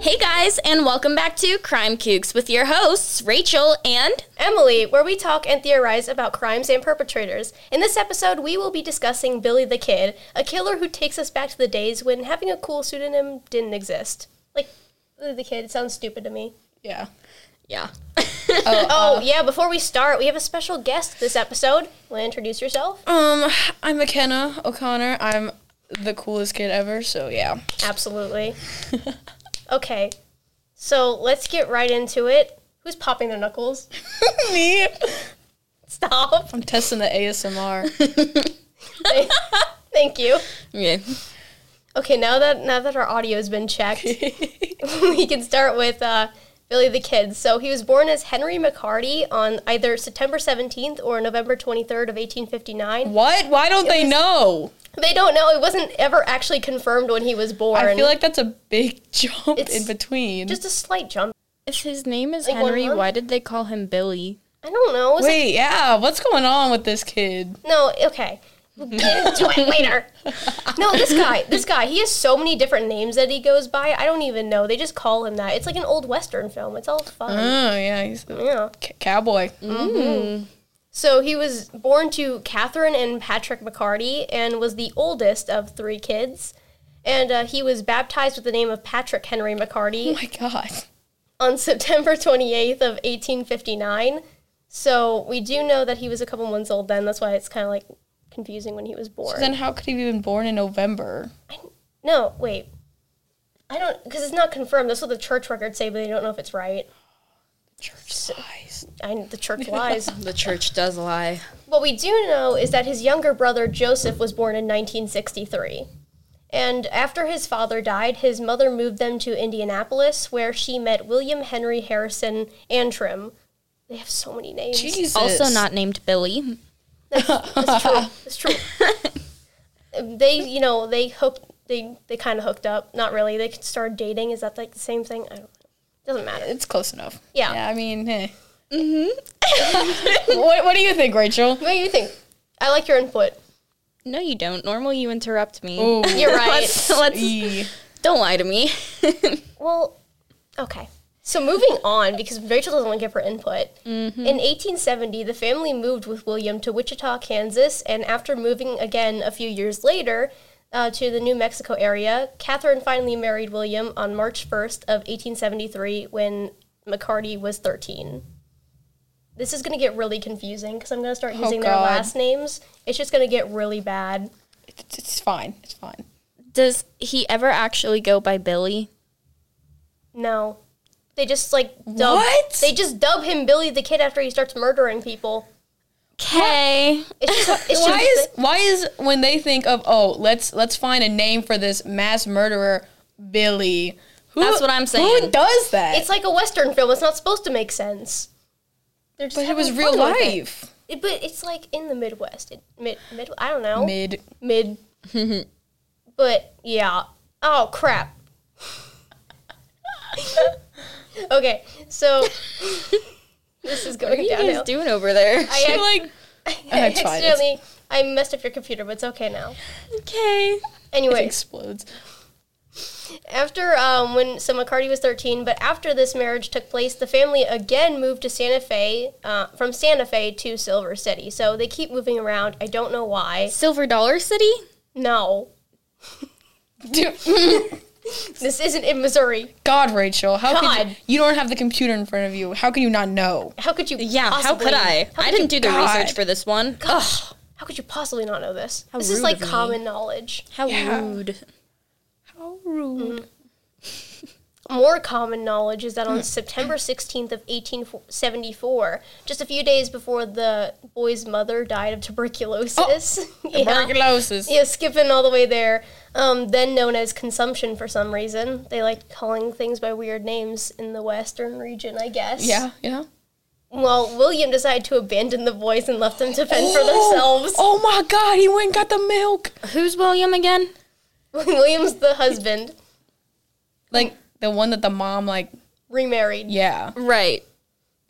Hey guys, and welcome back to Crime Kooks with your hosts, Rachel and. Emily, where we talk and theorize about crimes and perpetrators. In this episode, we will be discussing Billy the Kid, a killer who takes us back to the days when having a cool pseudonym didn't exist. Like, Billy the Kid sounds stupid to me. Yeah. Yeah. Oh, yeah, before we start, we have a special guest this episode. Want to introduce yourself? Um, I'm McKenna O'Connor. I'm the coolest kid ever, so yeah. Absolutely. Okay, so let's get right into it. Who's popping their knuckles? Me. Stop. I'm testing the ASMR. Thank you. Okay. Okay, now that now that our audio has been checked, we can start with uh, Billy the Kid. So he was born as Henry McCarty on either September 17th or November 23rd of 1859. what? Why don't they know? They don't know; it wasn't ever actually confirmed when he was born. I feel like that's a big jump It's in between. just a slight jump. If his name is Like one Henry, month? why did they call him Billy? I don't know. It's like- Wait, yeah. What's going on with this kid? no, okay. We'll get into it later. No, this guy, this guy, he has so many different names that he goes by. I don't even know. They just call him that. It's like an old western film. It's all fun. Oh, yeah. He's a Yeah. c- cowboy. Oh So he was born to Catherine and Patrick McCarty and was the oldest of three kids. And uh, he was baptized with the name of Patrick Henry Oh, McCarty my God. on September 28th of 1859. So we do know that he was a couple months old then. That's why it's kind of like confusing when he was born. Then how could he have been born in November? no, wait. I don't, because it's not confirmed. That's what the church records say, but they don't know if it's right. Church lies. I, the church lies. The church does lie. What we do know is that his younger brother Joseph was born in 1963. And after his father died, his mother moved them to Indianapolis, where she met William Henry Harrison Antrim. They have so many names. Jesus. Also, not named Billy. That's true. That's true. they, you know, they hooked. They they kind of hooked up. Not really. They could start dating. Is that like the same thing? I don't know. Doesn't matter. It's close enough. Yeah. I mean, eh. Mm-hmm. what, what do you think, Rachel? What do you think? I like your input. No, you don't. Normally, you interrupt me. Oh, You're right. Let's, let's, E. don't lie to me. Well, okay. So moving on, because Rachel doesn't want to give her input. In 1870, the family moved with William to Wichita, Kansas, and after moving again a few years later uh, to the New Mexico area, Catherine finally married William on March 1st of 1873 when McCarty was 13. This is going to get really confusing because I'm going to start using their God. last names. It's just going to get really bad. It's, it's fine. It's fine. does he ever actually go by Billy? No. They just like dub, What? They just dub him Billy the Kid after he starts murdering people. Okay. It's just, it's Why just is why is when they think of oh let's let's find a name for this mass murderer Billy? Who, That's what I'm Who saying. does that? it's like a western film. It's not supposed to make sense. They're just but it having was real fun with it. life. It- but it's like in the Midwest. It, mid, mid, I don't know. Mid. Mid. but yeah. Oh crap. okay, so this is What are going you guys downhill. doing over there? I ac- like I I tried it. accidentally I messed up your computer, but it's okay now. okay. Anyway, explodes. After um, when so McCarty was 13, but after this marriage took place, the family again moved to Santa Fe uh, from Santa Fe to Silver City. So they keep moving around. I don't know why. Silver Dollar City? No, Dude, this isn't in Missouri. God, Rachel, how could God. you, you don't have the computer in front of you? How can you not know? How could you? Yeah, how possibly- Oh could I? I didn't do the God. research for this one. Ugh, How could you possibly not know this? this rude is like of me. common knowledge. how Yeah. rude. How rude. More common knowledge is that Hmm. on September 16th of 1874, just a few days before the boy's mother died of Oh, tuberculosis. Yeah. Tuberculosis. Yeah, skipping all the way there. Um, then known as consumption for some reason. They like calling things by weird names in the western region, I guess. Yeah, yeah. Well, William decided to abandon the boys and left them to fend for themselves. Oh my God, he went and got the milk. Who's William again? William's the husband, Like the one that the mom like. remarried. Yeah. Right.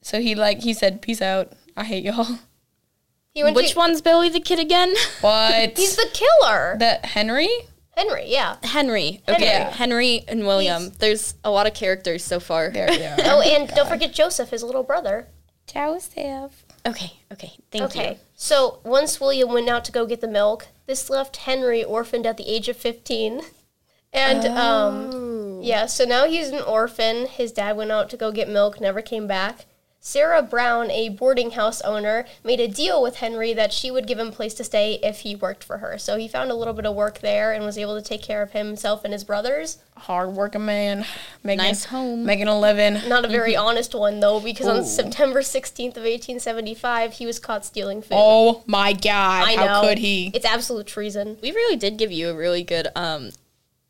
So he like he said, "Peace out. I hate y'all." He went Which to, one's Billy the Kid again? What? He's the killer. the Henry? Henry, yeah. Henry. Okay. Yeah. Henry and William. There's a lot of characters so far. There we are. Oh, and don't forget Joseph, his little brother. Joseph. Okay. Okay. Thank Okay. you. So once William went out to go get the milk, this left Henry orphaned at the age of 15. And, um, Oh. yeah, so now he's an orphan. His dad went out to go get milk, never came back. Sarah Brown, a boarding house owner, made a deal with Henry that she would give him place to stay if he worked for her. So he found a little bit of work there and was able to take care of himself and his brothers. Hard working man. Making, Nice home. Making 11. Not a very honest one, though, because Mm-hmm. Ooh. on September 16th of 1875, he was caught stealing food. Oh my god. I How know. could he? It's absolute treason. We really did give you a really good um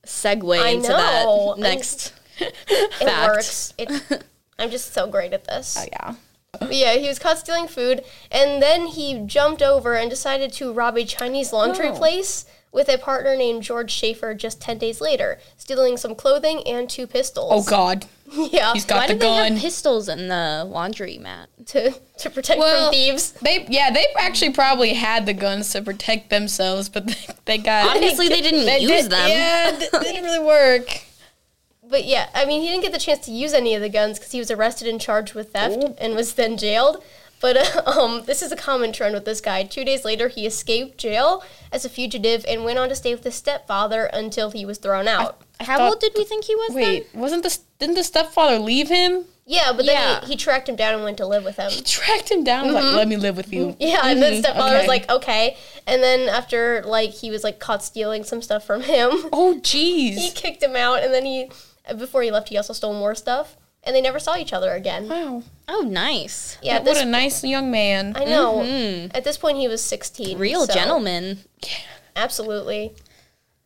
segue I into know. that I'm- next It fact. works. It, I'm just so great at this. Oh, yeah. But yeah, he was caught stealing food, and then he jumped over and decided to rob a Chinese laundry Oh. place with a partner named George Schaefer just 10 days later, stealing some clothing and two Oh pistols. god. yeah. He's got Why the did they gun. have pistols in the laundromat? to, to protect Well, from thieves. They yeah, they actually probably had the guns to protect themselves, but they, they got Obviously, they didn't they use did- them. Yeah, it didn't really work. But yeah, I mean, he didn't get the chance to use any of the guns because he was arrested and charged with theft and was then jailed. But um, this is a common trend with this guy. Two days later, he escaped jail as a fugitive and went on to stay with his stepfather until he was thrown out. How thought- old did we think he was? then? Wait, wasn't this didn't the stepfather leave him? Yeah, but then Yeah. He, he tracked him down and went to live with him. Tracked him down like, let me live with you. Mm-hmm. Mm-hmm. Yeah, and then stepfather okay. was like, okay. And then after like he was like caught stealing some stuff from him, Oh he jeez. kicked him out. And then he, before he left, he also stole more stuff. And they never saw each other again. Wow. Oh, nice. Yeah, at what this a nice young man. I know. At this point, he was 16. Mm-hmm. Real so- gentleman. Absolutely.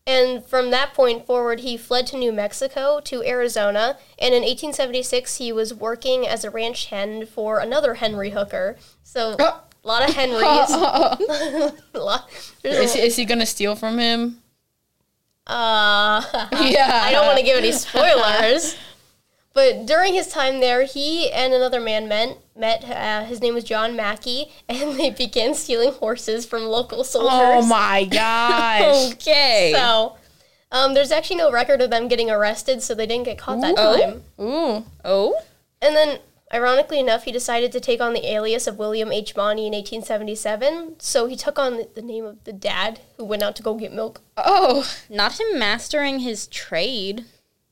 And from that point forward, he fled to New Mexico to Arizona. And in 1876, he was working as a ranch hand for another Henry Hooker. So, a lot of Henrys. Lot- Is, there's a- is he gonna steal from him? uh, Yeah. I don't want to give any spoilers. But during his time there, he and another man met. Met. Uh, his name was John Mackey, and they began stealing horses from local soldiers. Oh my gosh. Okay. So, um, there's actually no record of them getting arrested, so they didn't get caught that Ooh. time. Ooh. oh, And then, ironically enough, he decided to take on the alias of William H. Bonney in 1877. So he took on the name of the dad who went out to go get milk. Oh. not him mastering his trade.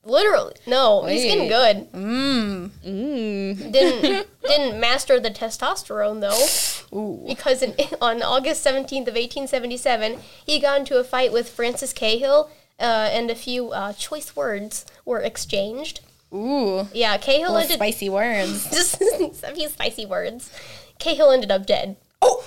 Literally, no, he's getting Wait. good. Mm. Mmm. Didn't didn't master the testosterone though, Ooh. because in, on August 17th of 1877, he got into a fight with Francis Cahill, uh, and a few uh, choice words were exchanged. Ooh. Yeah, Cahill ended Spicy worms. just a few spicy words. Cahill ended up dead. Oh.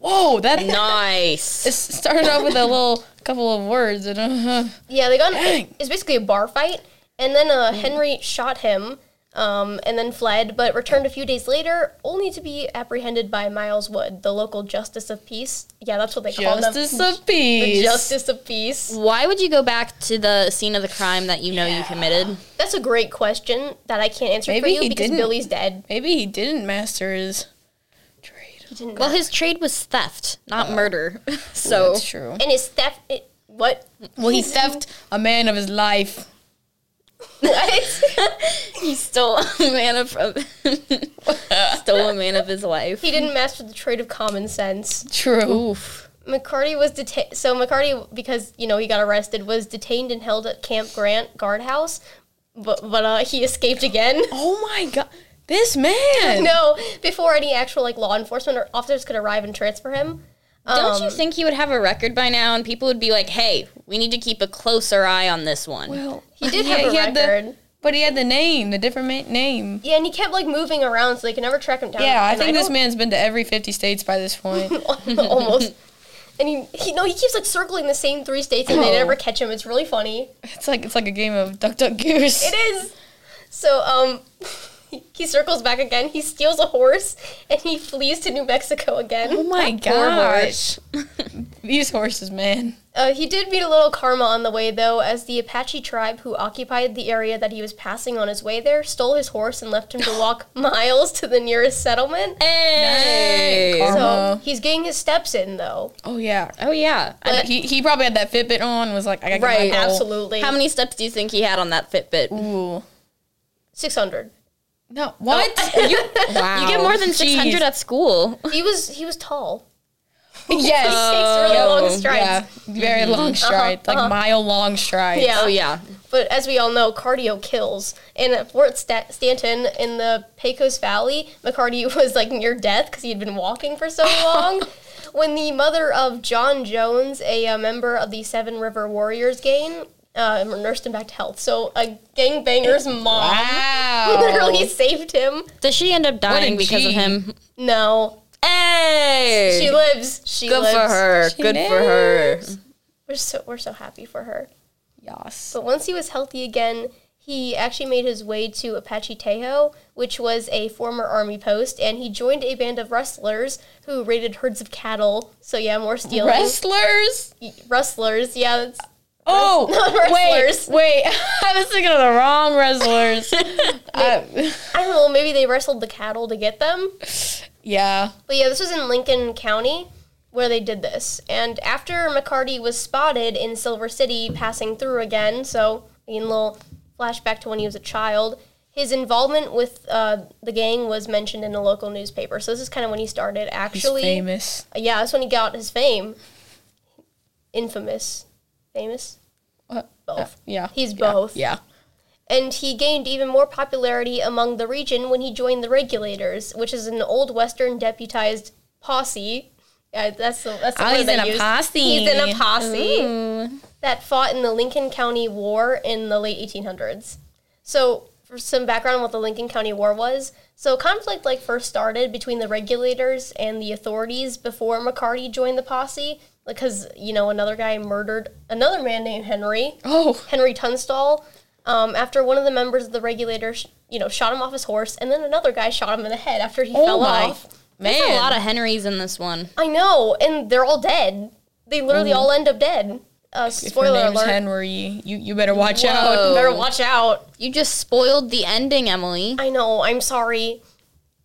Whoa. That Nice. it started off with a little couple of words and uh, Yeah, they got Dang. Mm. it's basically a bar fight, and then uh, Henry shot him, um, and then fled, but returned a few days later, only to be apprehended by Miles Wood, the local justice of peace. Yeah, that's what they call them. justice of peace. Justice of peace. Why would you go back to the scene of the crime that you know you committed? That's a great question that I can't answer Maybe for he you because didn't. Billy's dead. Maybe he didn't master his trade. Well, his trade was theft, not murder. So That's true. And his theft. Oh. It, what? Well, he theft a man of his life. What? he stole a man of stole a man of his life. he didn't master the trade of common sense. True. Oof. McCarty was detained. So McCarty, because you know he got arrested, was detained and held at Camp Grant guardhouse, but but uh, he escaped again. Oh my god. This man. no, before any actual like law enforcement or officers could arrive and transfer him. Don't you think he would have a record by now, and people would be like, "Hey, we need to keep a closer eye on this one." Well, He did have a record. the, but he had the name, the different ma- name. yeah, and he kept like moving around, so they could never track him down. Yeah, I And think this don't- man's been to every 50 states by this point. almost. And he, he no, he keeps like circling the same three states, and they Oh. never catch him. It's really funny. it's like it's like a game of duck duck goose. It is. So um, He circles back again. He steals a horse and he flees to New Mexico Oh again. my poor gosh. horse. These horses, man. Uh, he did meet a little karma on the way, though, as the Apache tribe who occupied the area that he was passing on his way there stole his horse and left him to walk miles to the nearest settlement. Hey. Dang. So- So Karma. he's getting his steps in, though. Oh yeah. oh yeah. I But- He, he probably had that Fitbit on. and Was like, I got Right, Absolutely. mean, how many steps do you think he had on that Fitbit? Ooh. 600. No. What? You, Oh, wow. you get more than six hundred at school. He was he was tall. yes. He takes really long strides. Mm-hmm. Uh-huh. Yeah, very long strides, like mile long strides. Yeah. Oh yeah. But as we all know, cardio kills. And at Fort Sta- Stanton in the Pecos Valley, McCarty was like near death because he had been walking for so long. when the mother of John Jones, a uh, member of the Seven River Warriors gang, uh, nursed him back to health. So a gangbanger's mom Wow. literally saved him. Does she end up dying because of G. him? No, Hey. she lives. She Good lives. for her. She Good for her. We're so we're so happy for her. Yas. But once he was healthy again, he actually made his way to Apache Tejo, which was a former army post, and he joined a band of rustlers who raided herds of cattle. So yeah, more stealing. Wrestlers. Y- rustlers, yeah. That's, Oh, wrestlers. wait, wait. I was thinking of the wrong wrestlers. I- I don't know. Maybe they wrestled the cattle to get them. yeah. But yeah, this was in Lincoln County where they did this. And after McCarty was spotted in Silver City passing through again, so a little flashback to when he was a child, his involvement with uh, the gang was mentioned in a local newspaper. So this is kind of when he started He's actually. famous. Yeah, that's when he got his fame. Infamous. Famous? What? Both. Uh, Yeah. He's yeah, both. Yeah. And he gained even more popularity among the region when he joined the Regulators, which is an old Western deputized posse. Yeah, that's the, that's the Oh, word he's they in a use. posse. He's in a posse that fought in the Lincoln County War in the late 1800s. So, for some background on what the Lincoln County War was, so conflict like first started between the regulators and the authorities before McCarty joined the posse because you know another guy murdered another man named Henry. Oh, Henry Tunstall um, after one of the members of the regulators, you know, shot him off his horse, and then another guy shot him in the head after he fell Oh my off. Man. There's a Man. lot of Henrys in this one. I know, and they're all dead. They literally all end up dead. Uh, Mm. if your spoiler name's alert. Henry, you you better watch out. Whoa. Better watch out. You just spoiled the ending, Emily. I know. I'm sorry,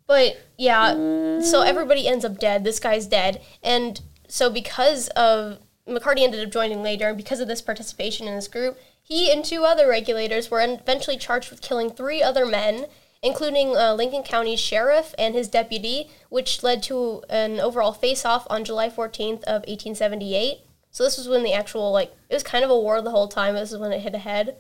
but yeah. So everybody ends up dead. This guy's dead, and so because of McCarty ended up joining later, and because of this participation in this group, he and two other regulators were eventually charged with killing three other men, including uh, Lincoln County sheriff and his deputy, which led to an overall face-off on July 14th of 1878. So this was when the actual like it was kind of a war the whole time. This is when it hit ahead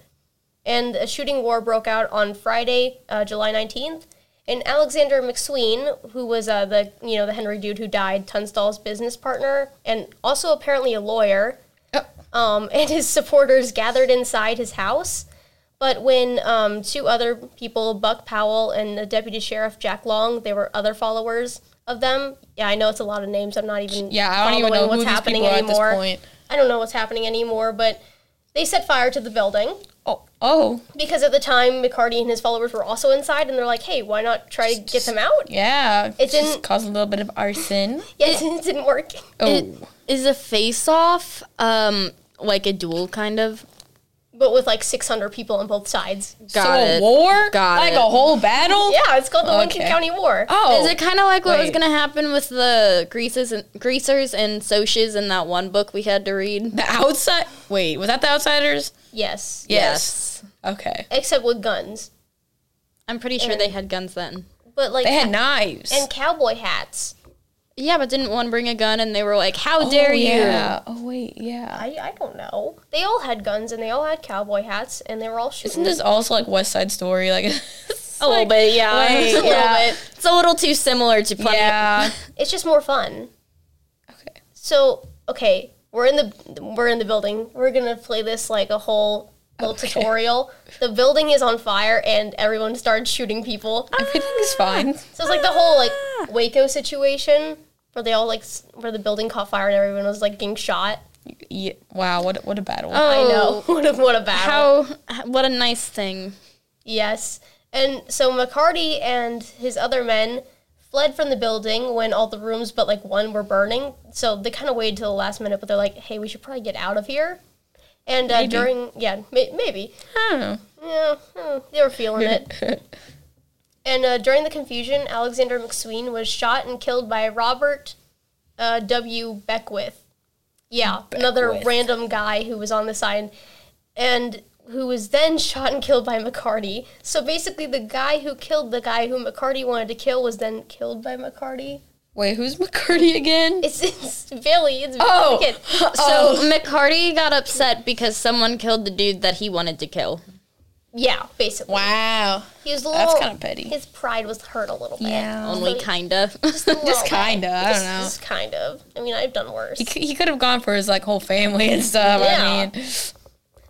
and a shooting war broke out on Friday, uh, July 19th. And Alexander McSween, who was uh, the you know the Henry dude who died, Tunstall's business partner, and also apparently a lawyer, Oh. um, and his supporters gathered inside his house. But when um, two other people, Buck Powell and the deputy sheriff Jack Long, they were other followers of them. Yeah, I know it's a lot of names. I'm not even Yeah, I don't even following know who these people are at this point. I don't know what's happening anymore. But they set fire to the building Oh, oh, because at the time McCarty and his followers were also inside, and they're like, "Hey, why not try to get them out?" yeah. It didn't- just caused a little bit of arson. Yes, it didn't work. Oh, Is a face off um like a duel kind of? But with like 600 people on both sides. Got so a it. war? Got like it. a whole battle? Yeah, it's called the Lincoln Okay. County War. Oh, Is it kind of like what was wait. gonna happen with the greases and greasers and socias in that one book we had to read? the outside? Wait, was that the Outsiders? Yes. Yes. Okay. Except with guns, I'm pretty sure they had guns then. but like They had knives. and cowboy hats. Yeah, but didn't one bring a gun and they were like, "How dare oh, you?" Yeah. Oh wait, yeah. I, I don't know. They all had guns and they all had cowboy hats and they were all shooting. Isn't this also like West Side Story? Like, it's A little like- bit, yeah. wait, It's a little yeah. bit. It's a little too similar to Planet. yeah. It's just more fun. okay. So okay, we're in the we're in the building. We're gonna play this like a whole little Okay. tutorial. The building is on fire and everyone starts shooting people. Everything is fine. So it's like the whole like Waco situation where they all like s- where the building caught fire and everyone was like getting shot. Yeah. Wow. What a- what a battle. Oh, I know what a what a battle. How? What a nice thing. Yes. And so McCarty and his other men fled from the building when all the rooms but like one were burning. So they kind of waited till the last minute, but they're like, "Hey, we should probably get out of here." And uh, during yeah, may- maybe I don't Oh. know. yeah, hmm, they were feeling it. and uh, during the confusion, Alexander McSween was shot and killed by Robert uh, W. Beckwith. Yeah, another Beckwith. random guy who was on the side and who was then shot and killed by McCarty. So basically, the guy who killed the guy who McCarty wanted to kill was then killed by McCarty. Wait, who's McCarty again? It's, it's Billy. It's Oh. Billy the Kid. So McCarty got upset because someone killed the dude that he wanted to kill. Yeah, basically. Wow. He was a That's little. kinda petty. His pride was hurt a little bit. Only kinda. Just, Just kinda. I don't know. Just kind of. I mean, I've done worse. He, c- he could have gone for his like whole family and stuff. Yeah. I mean,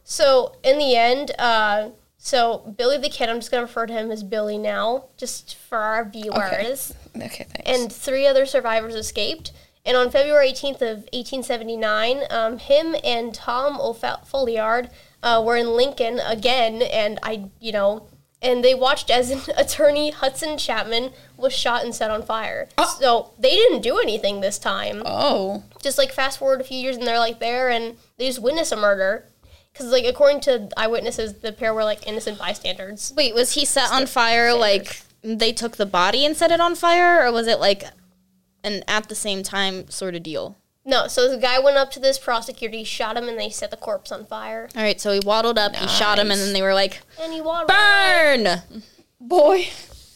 So in the end, uh, so Billy the Kid, I'm just gonna refer to him as Billy now, just for our viewers. okay, thanks. And three other survivors escaped. And on February 18th of 1879, um, him and Tom Olfa- Folliard uh, were in Lincoln again, and I, you know, and they watched as an attorney Hudson Chapman was shot and set on fire. So they didn't do anything this time oh, just like fast forward a few years and they're like there and they just witness a murder because like according to eyewitnesses the pair were like innocent bystanders Wait, was he set on fire like they took the body and set it on fire, or was it like an at the same time sort of deal? no so the guy went up to this prosecutor he shot him and they set the corpse on fire All right, so he waddled up, he shot him, and then they were like, and he waddled away "Burn!" boy.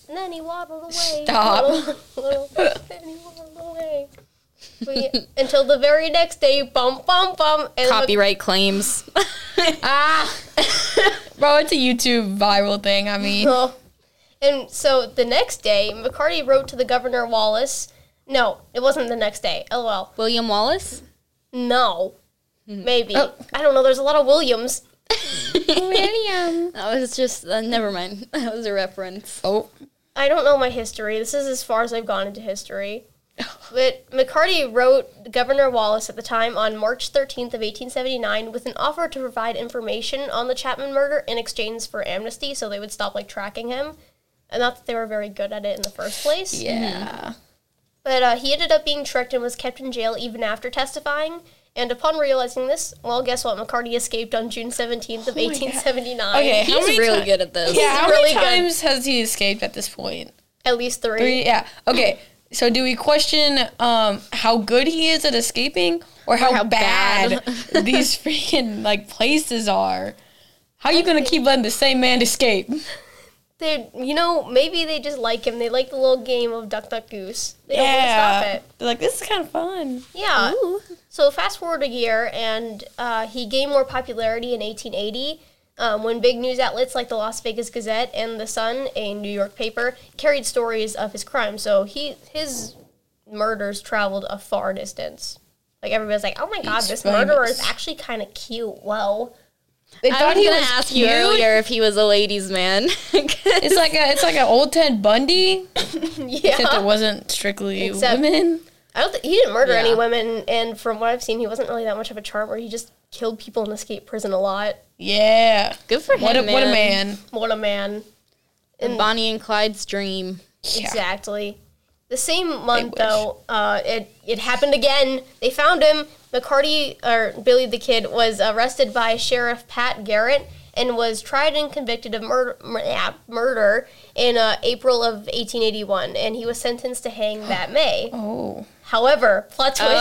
and then he waddled away Stop. waddled, waddled, and he waddled away But yeah, until the very next day bum bum bum and Copyright claims. Ah, bro, it's a YouTube viral thing. I mean, Oh. And so the next day, McCarty wrote to the governor Wallace. No, it wasn't the next day. LOL. William Wallace. No. Maybe. I don't know. There's a lot of Williams. William. That was just uh, never mind. That was a reference. oh, I don't know my history. This is as far as I've gone into history. But McCarty wrote Governor Wallace at the time on March 13th of 1879 with an offer to provide information on the Chapman murder in exchange for amnesty so they would stop like tracking him. And not that they were very good at it in the first place. Mm-hmm. yeah. But uh, he ended up being tricked and was kept in jail even after testifying. And upon realizing this, well, guess what? McCarty escaped on June 17th of 1879. Oh Okay, how He's many really ti- good at this. Yeah, how really many good. times has he escaped at this point? At least three. Three. Yeah. Okay. So do we question um, how good he is at escaping, or how, how bad, bad. these freaking like places are? How you gonna keep letting the same man escape? They, you know, maybe they just like him. They like the little game of duck, duck, goose. They don't want to stop it. They're like, this is kind of fun. Yeah. So fast forward a year, and uh, he gained more popularity in 1880 um, when big news outlets like the Las Vegas Gazette and the Sun, a New York paper, carried stories of his crimes. So he his murders traveled a far distance. Like everybody's like, "Oh my God, He's this murderer is famous. actually kind of cute." Whoa. They I was he gonna was ask you cute. earlier if he was a ladies' man. It's like a, it's like an old Ted Bundy, except it Yeah. wasn't strictly Except- women. I don't. Th- he didn't murder any Yeah. women, and from what I've seen, he wasn't really that much of a charmer. He just killed people and escaped prison a lot. Yeah. good for him. What a, man. what a man. What a man. Bonnie and Clyde's dream. Exactly. The same month, wish. though, uh, it it happened again. They found him. McCarty or Billy the Kid was arrested by Sheriff Pat Garrett and was tried and convicted of murder murder in uh, April of 1881, and he was sentenced to hang that May. Oh. However, plot twist.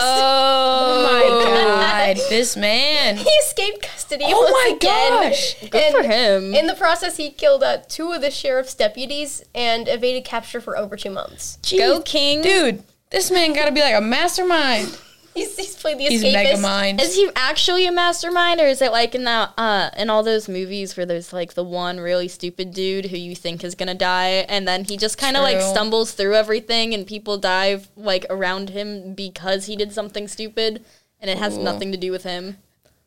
Oh my god, this man. He escaped custody. Oh once my again. gosh. Good for him. In the process, he killed uh, two of the sheriff's deputies and evaded capture for over two months. Go Jeez. King. Dude, this man gotta be like a mastermind. He's, he's played the He's escapist. mega mind. Is he actually a mastermind, or is it like in that uh, in all those movies where there's like the one really stupid dude who you think is gonna die, and then he just kind of like True. stumbles through everything, and people die like around him because he did something stupid, and it has Ooh. nothing to do with him.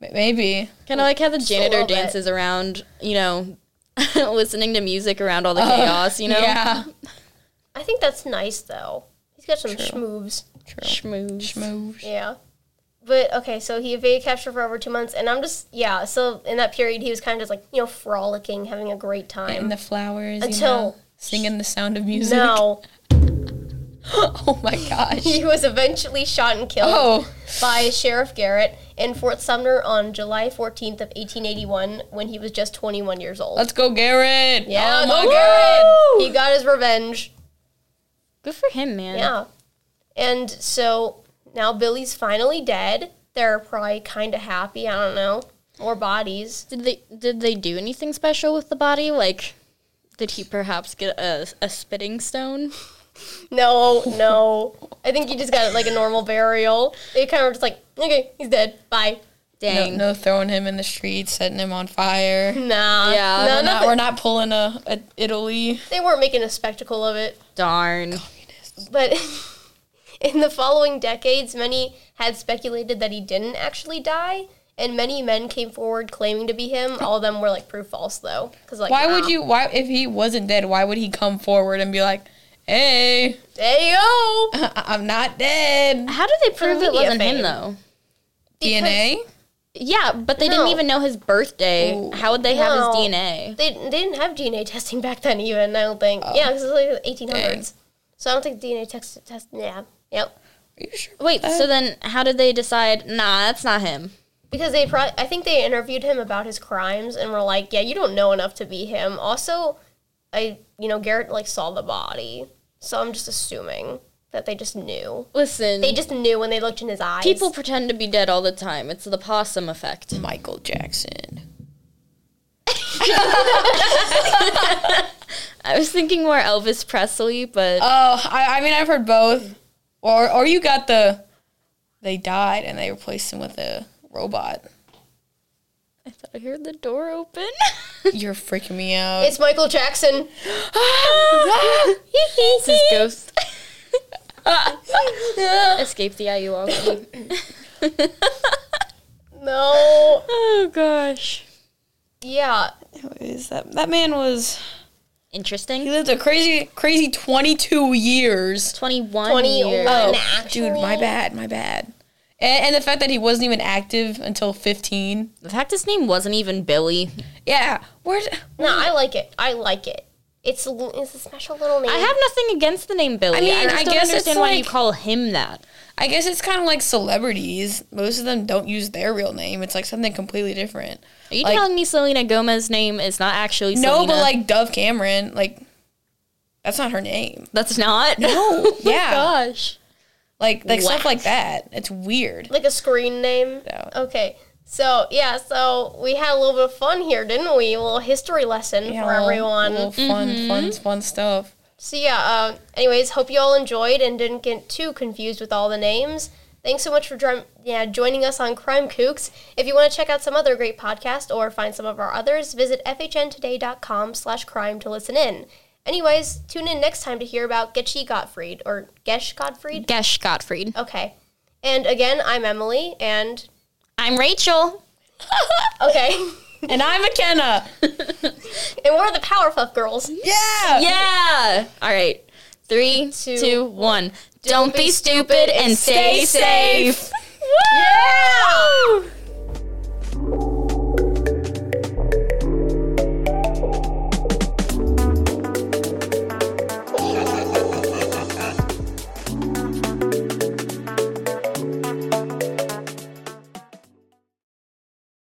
M- Maybe. Kind of like how the a janitor little bit. dances around, you know, listening to music around all the chaos, you know. Yeah. I think that's nice though. He's got some schmoves. True. Schmooze. Schmooze. Yeah. But okay, so he evaded capture for over two months, and I'm just yeah. So in that period, he was kind of just like you know frolicking, having a great time. in the flowers Until- you know, singing the sound of music. No, oh my gosh. he was eventually shot and killed Oh, by Sheriff Garrett in Fort Sumner on July 14th of 1881 when he was just 21 years old. let's go, Garrett. yeah, oh, go my Garrett. God. He got his revenge. Good for him, man. Yeah. And so now Billy's finally dead. They're probably kind of happy. I don't know. More bodies. Did they did they do anything special with the body? Like, did he perhaps get a, a spitting stone? No, no. I think you just got like a normal burial. They kind of were just like, okay, he's dead. Bye. No, Dang. no throwing him in the street, setting him on fire. Nah. Yeah, No, we're, not, nothing. we're not pulling a, a Italy. They weren't making a spectacle of it. Darn. But in the following decades, many had speculated that he didn't actually die. And many men came forward claiming to be him. All of them were like proof false though, because like Why nah. would you? Why if he wasn't dead? Why would he come forward and be like, "Hey, Hey yo, I'm not dead"? How did they prove it media wasn't him fame. though? DNA. Yeah, but they No. didn't even know his birthday. Ooh. How would they have his No. DNA? They, they didn't have DNA testing back then, even, I don't think. Oh. Yeah, 'cause Yeah, because it's like the 1800s. So I don't think DNA test, test yeah. Yep. Are you sure? Wait, Uh, so then how did they decide? Nah, that's not him. Because they probably, I think they interviewed him about his crimes and were like, yeah, you don't know enough to be him. Also, I, you know, Garrett, like, saw the body. So I'm just assuming that they just knew. Listen, They just knew when they looked in his eyes. people pretend to be dead all the time. It's the possum effect. Michael Jackson. I was thinking more Elvis Presley, but Oh, I, I mean, I've heard both. Or or you got the, they died and they replaced him with a robot. I thought I heard the door open. You're freaking me out. It's Michael Jackson. It's his ghost. Escape the IUL. No. oh gosh. Yeah. Anyways, that that man was he Interesting. lived a crazy crazy 22 years. 21. 21. years. Oh. dude, my bad, my bad. And, and the fact that he wasn't even active until 15. The fact his name wasn't even Billy. Yeah, where's No, I like it. I like it. It's, a l- it's a special little name. I have nothing against the name Billy. I mean, just I don't guess it's understand why you like- call him that. I guess it's kind of like celebrities. Most of them don't use their real name. It's like something completely different. Are you Like- telling me Selena Gomez's name is not actually Selena? No, but like Dove Cameron, like that's not her name. that's not. No. yeah. Gosh. Like like stuff Whack. like that. It's weird. like a screen name. Yeah. Okay. So yeah, so we had a little bit of fun here, didn't we? A little history lesson Yeah, for everyone. Mm-hmm. little fun, fun, fun stuff. So yeah. Uh, anyways, hope you all enjoyed and didn't get too confused with all the names. Thanks so much for drum- yeah, joining us on Crime Kooks. If you want to check out some other great podcast or find some of our others, visit fhntoday.com slash crime to listen in. Anyways, tune in next time to hear about Getchy Gottfried, or Gesh Gottfried. Gesh Gottfried. Okay. And again, I'm Emily, and... I'm Rachel. Okay. And I'm McKenna. And we're the Powerpuff Girls. Yeah. Yeah. All right. Three, Two, two, one. Don't be stupid and stay stay safe. Yeah!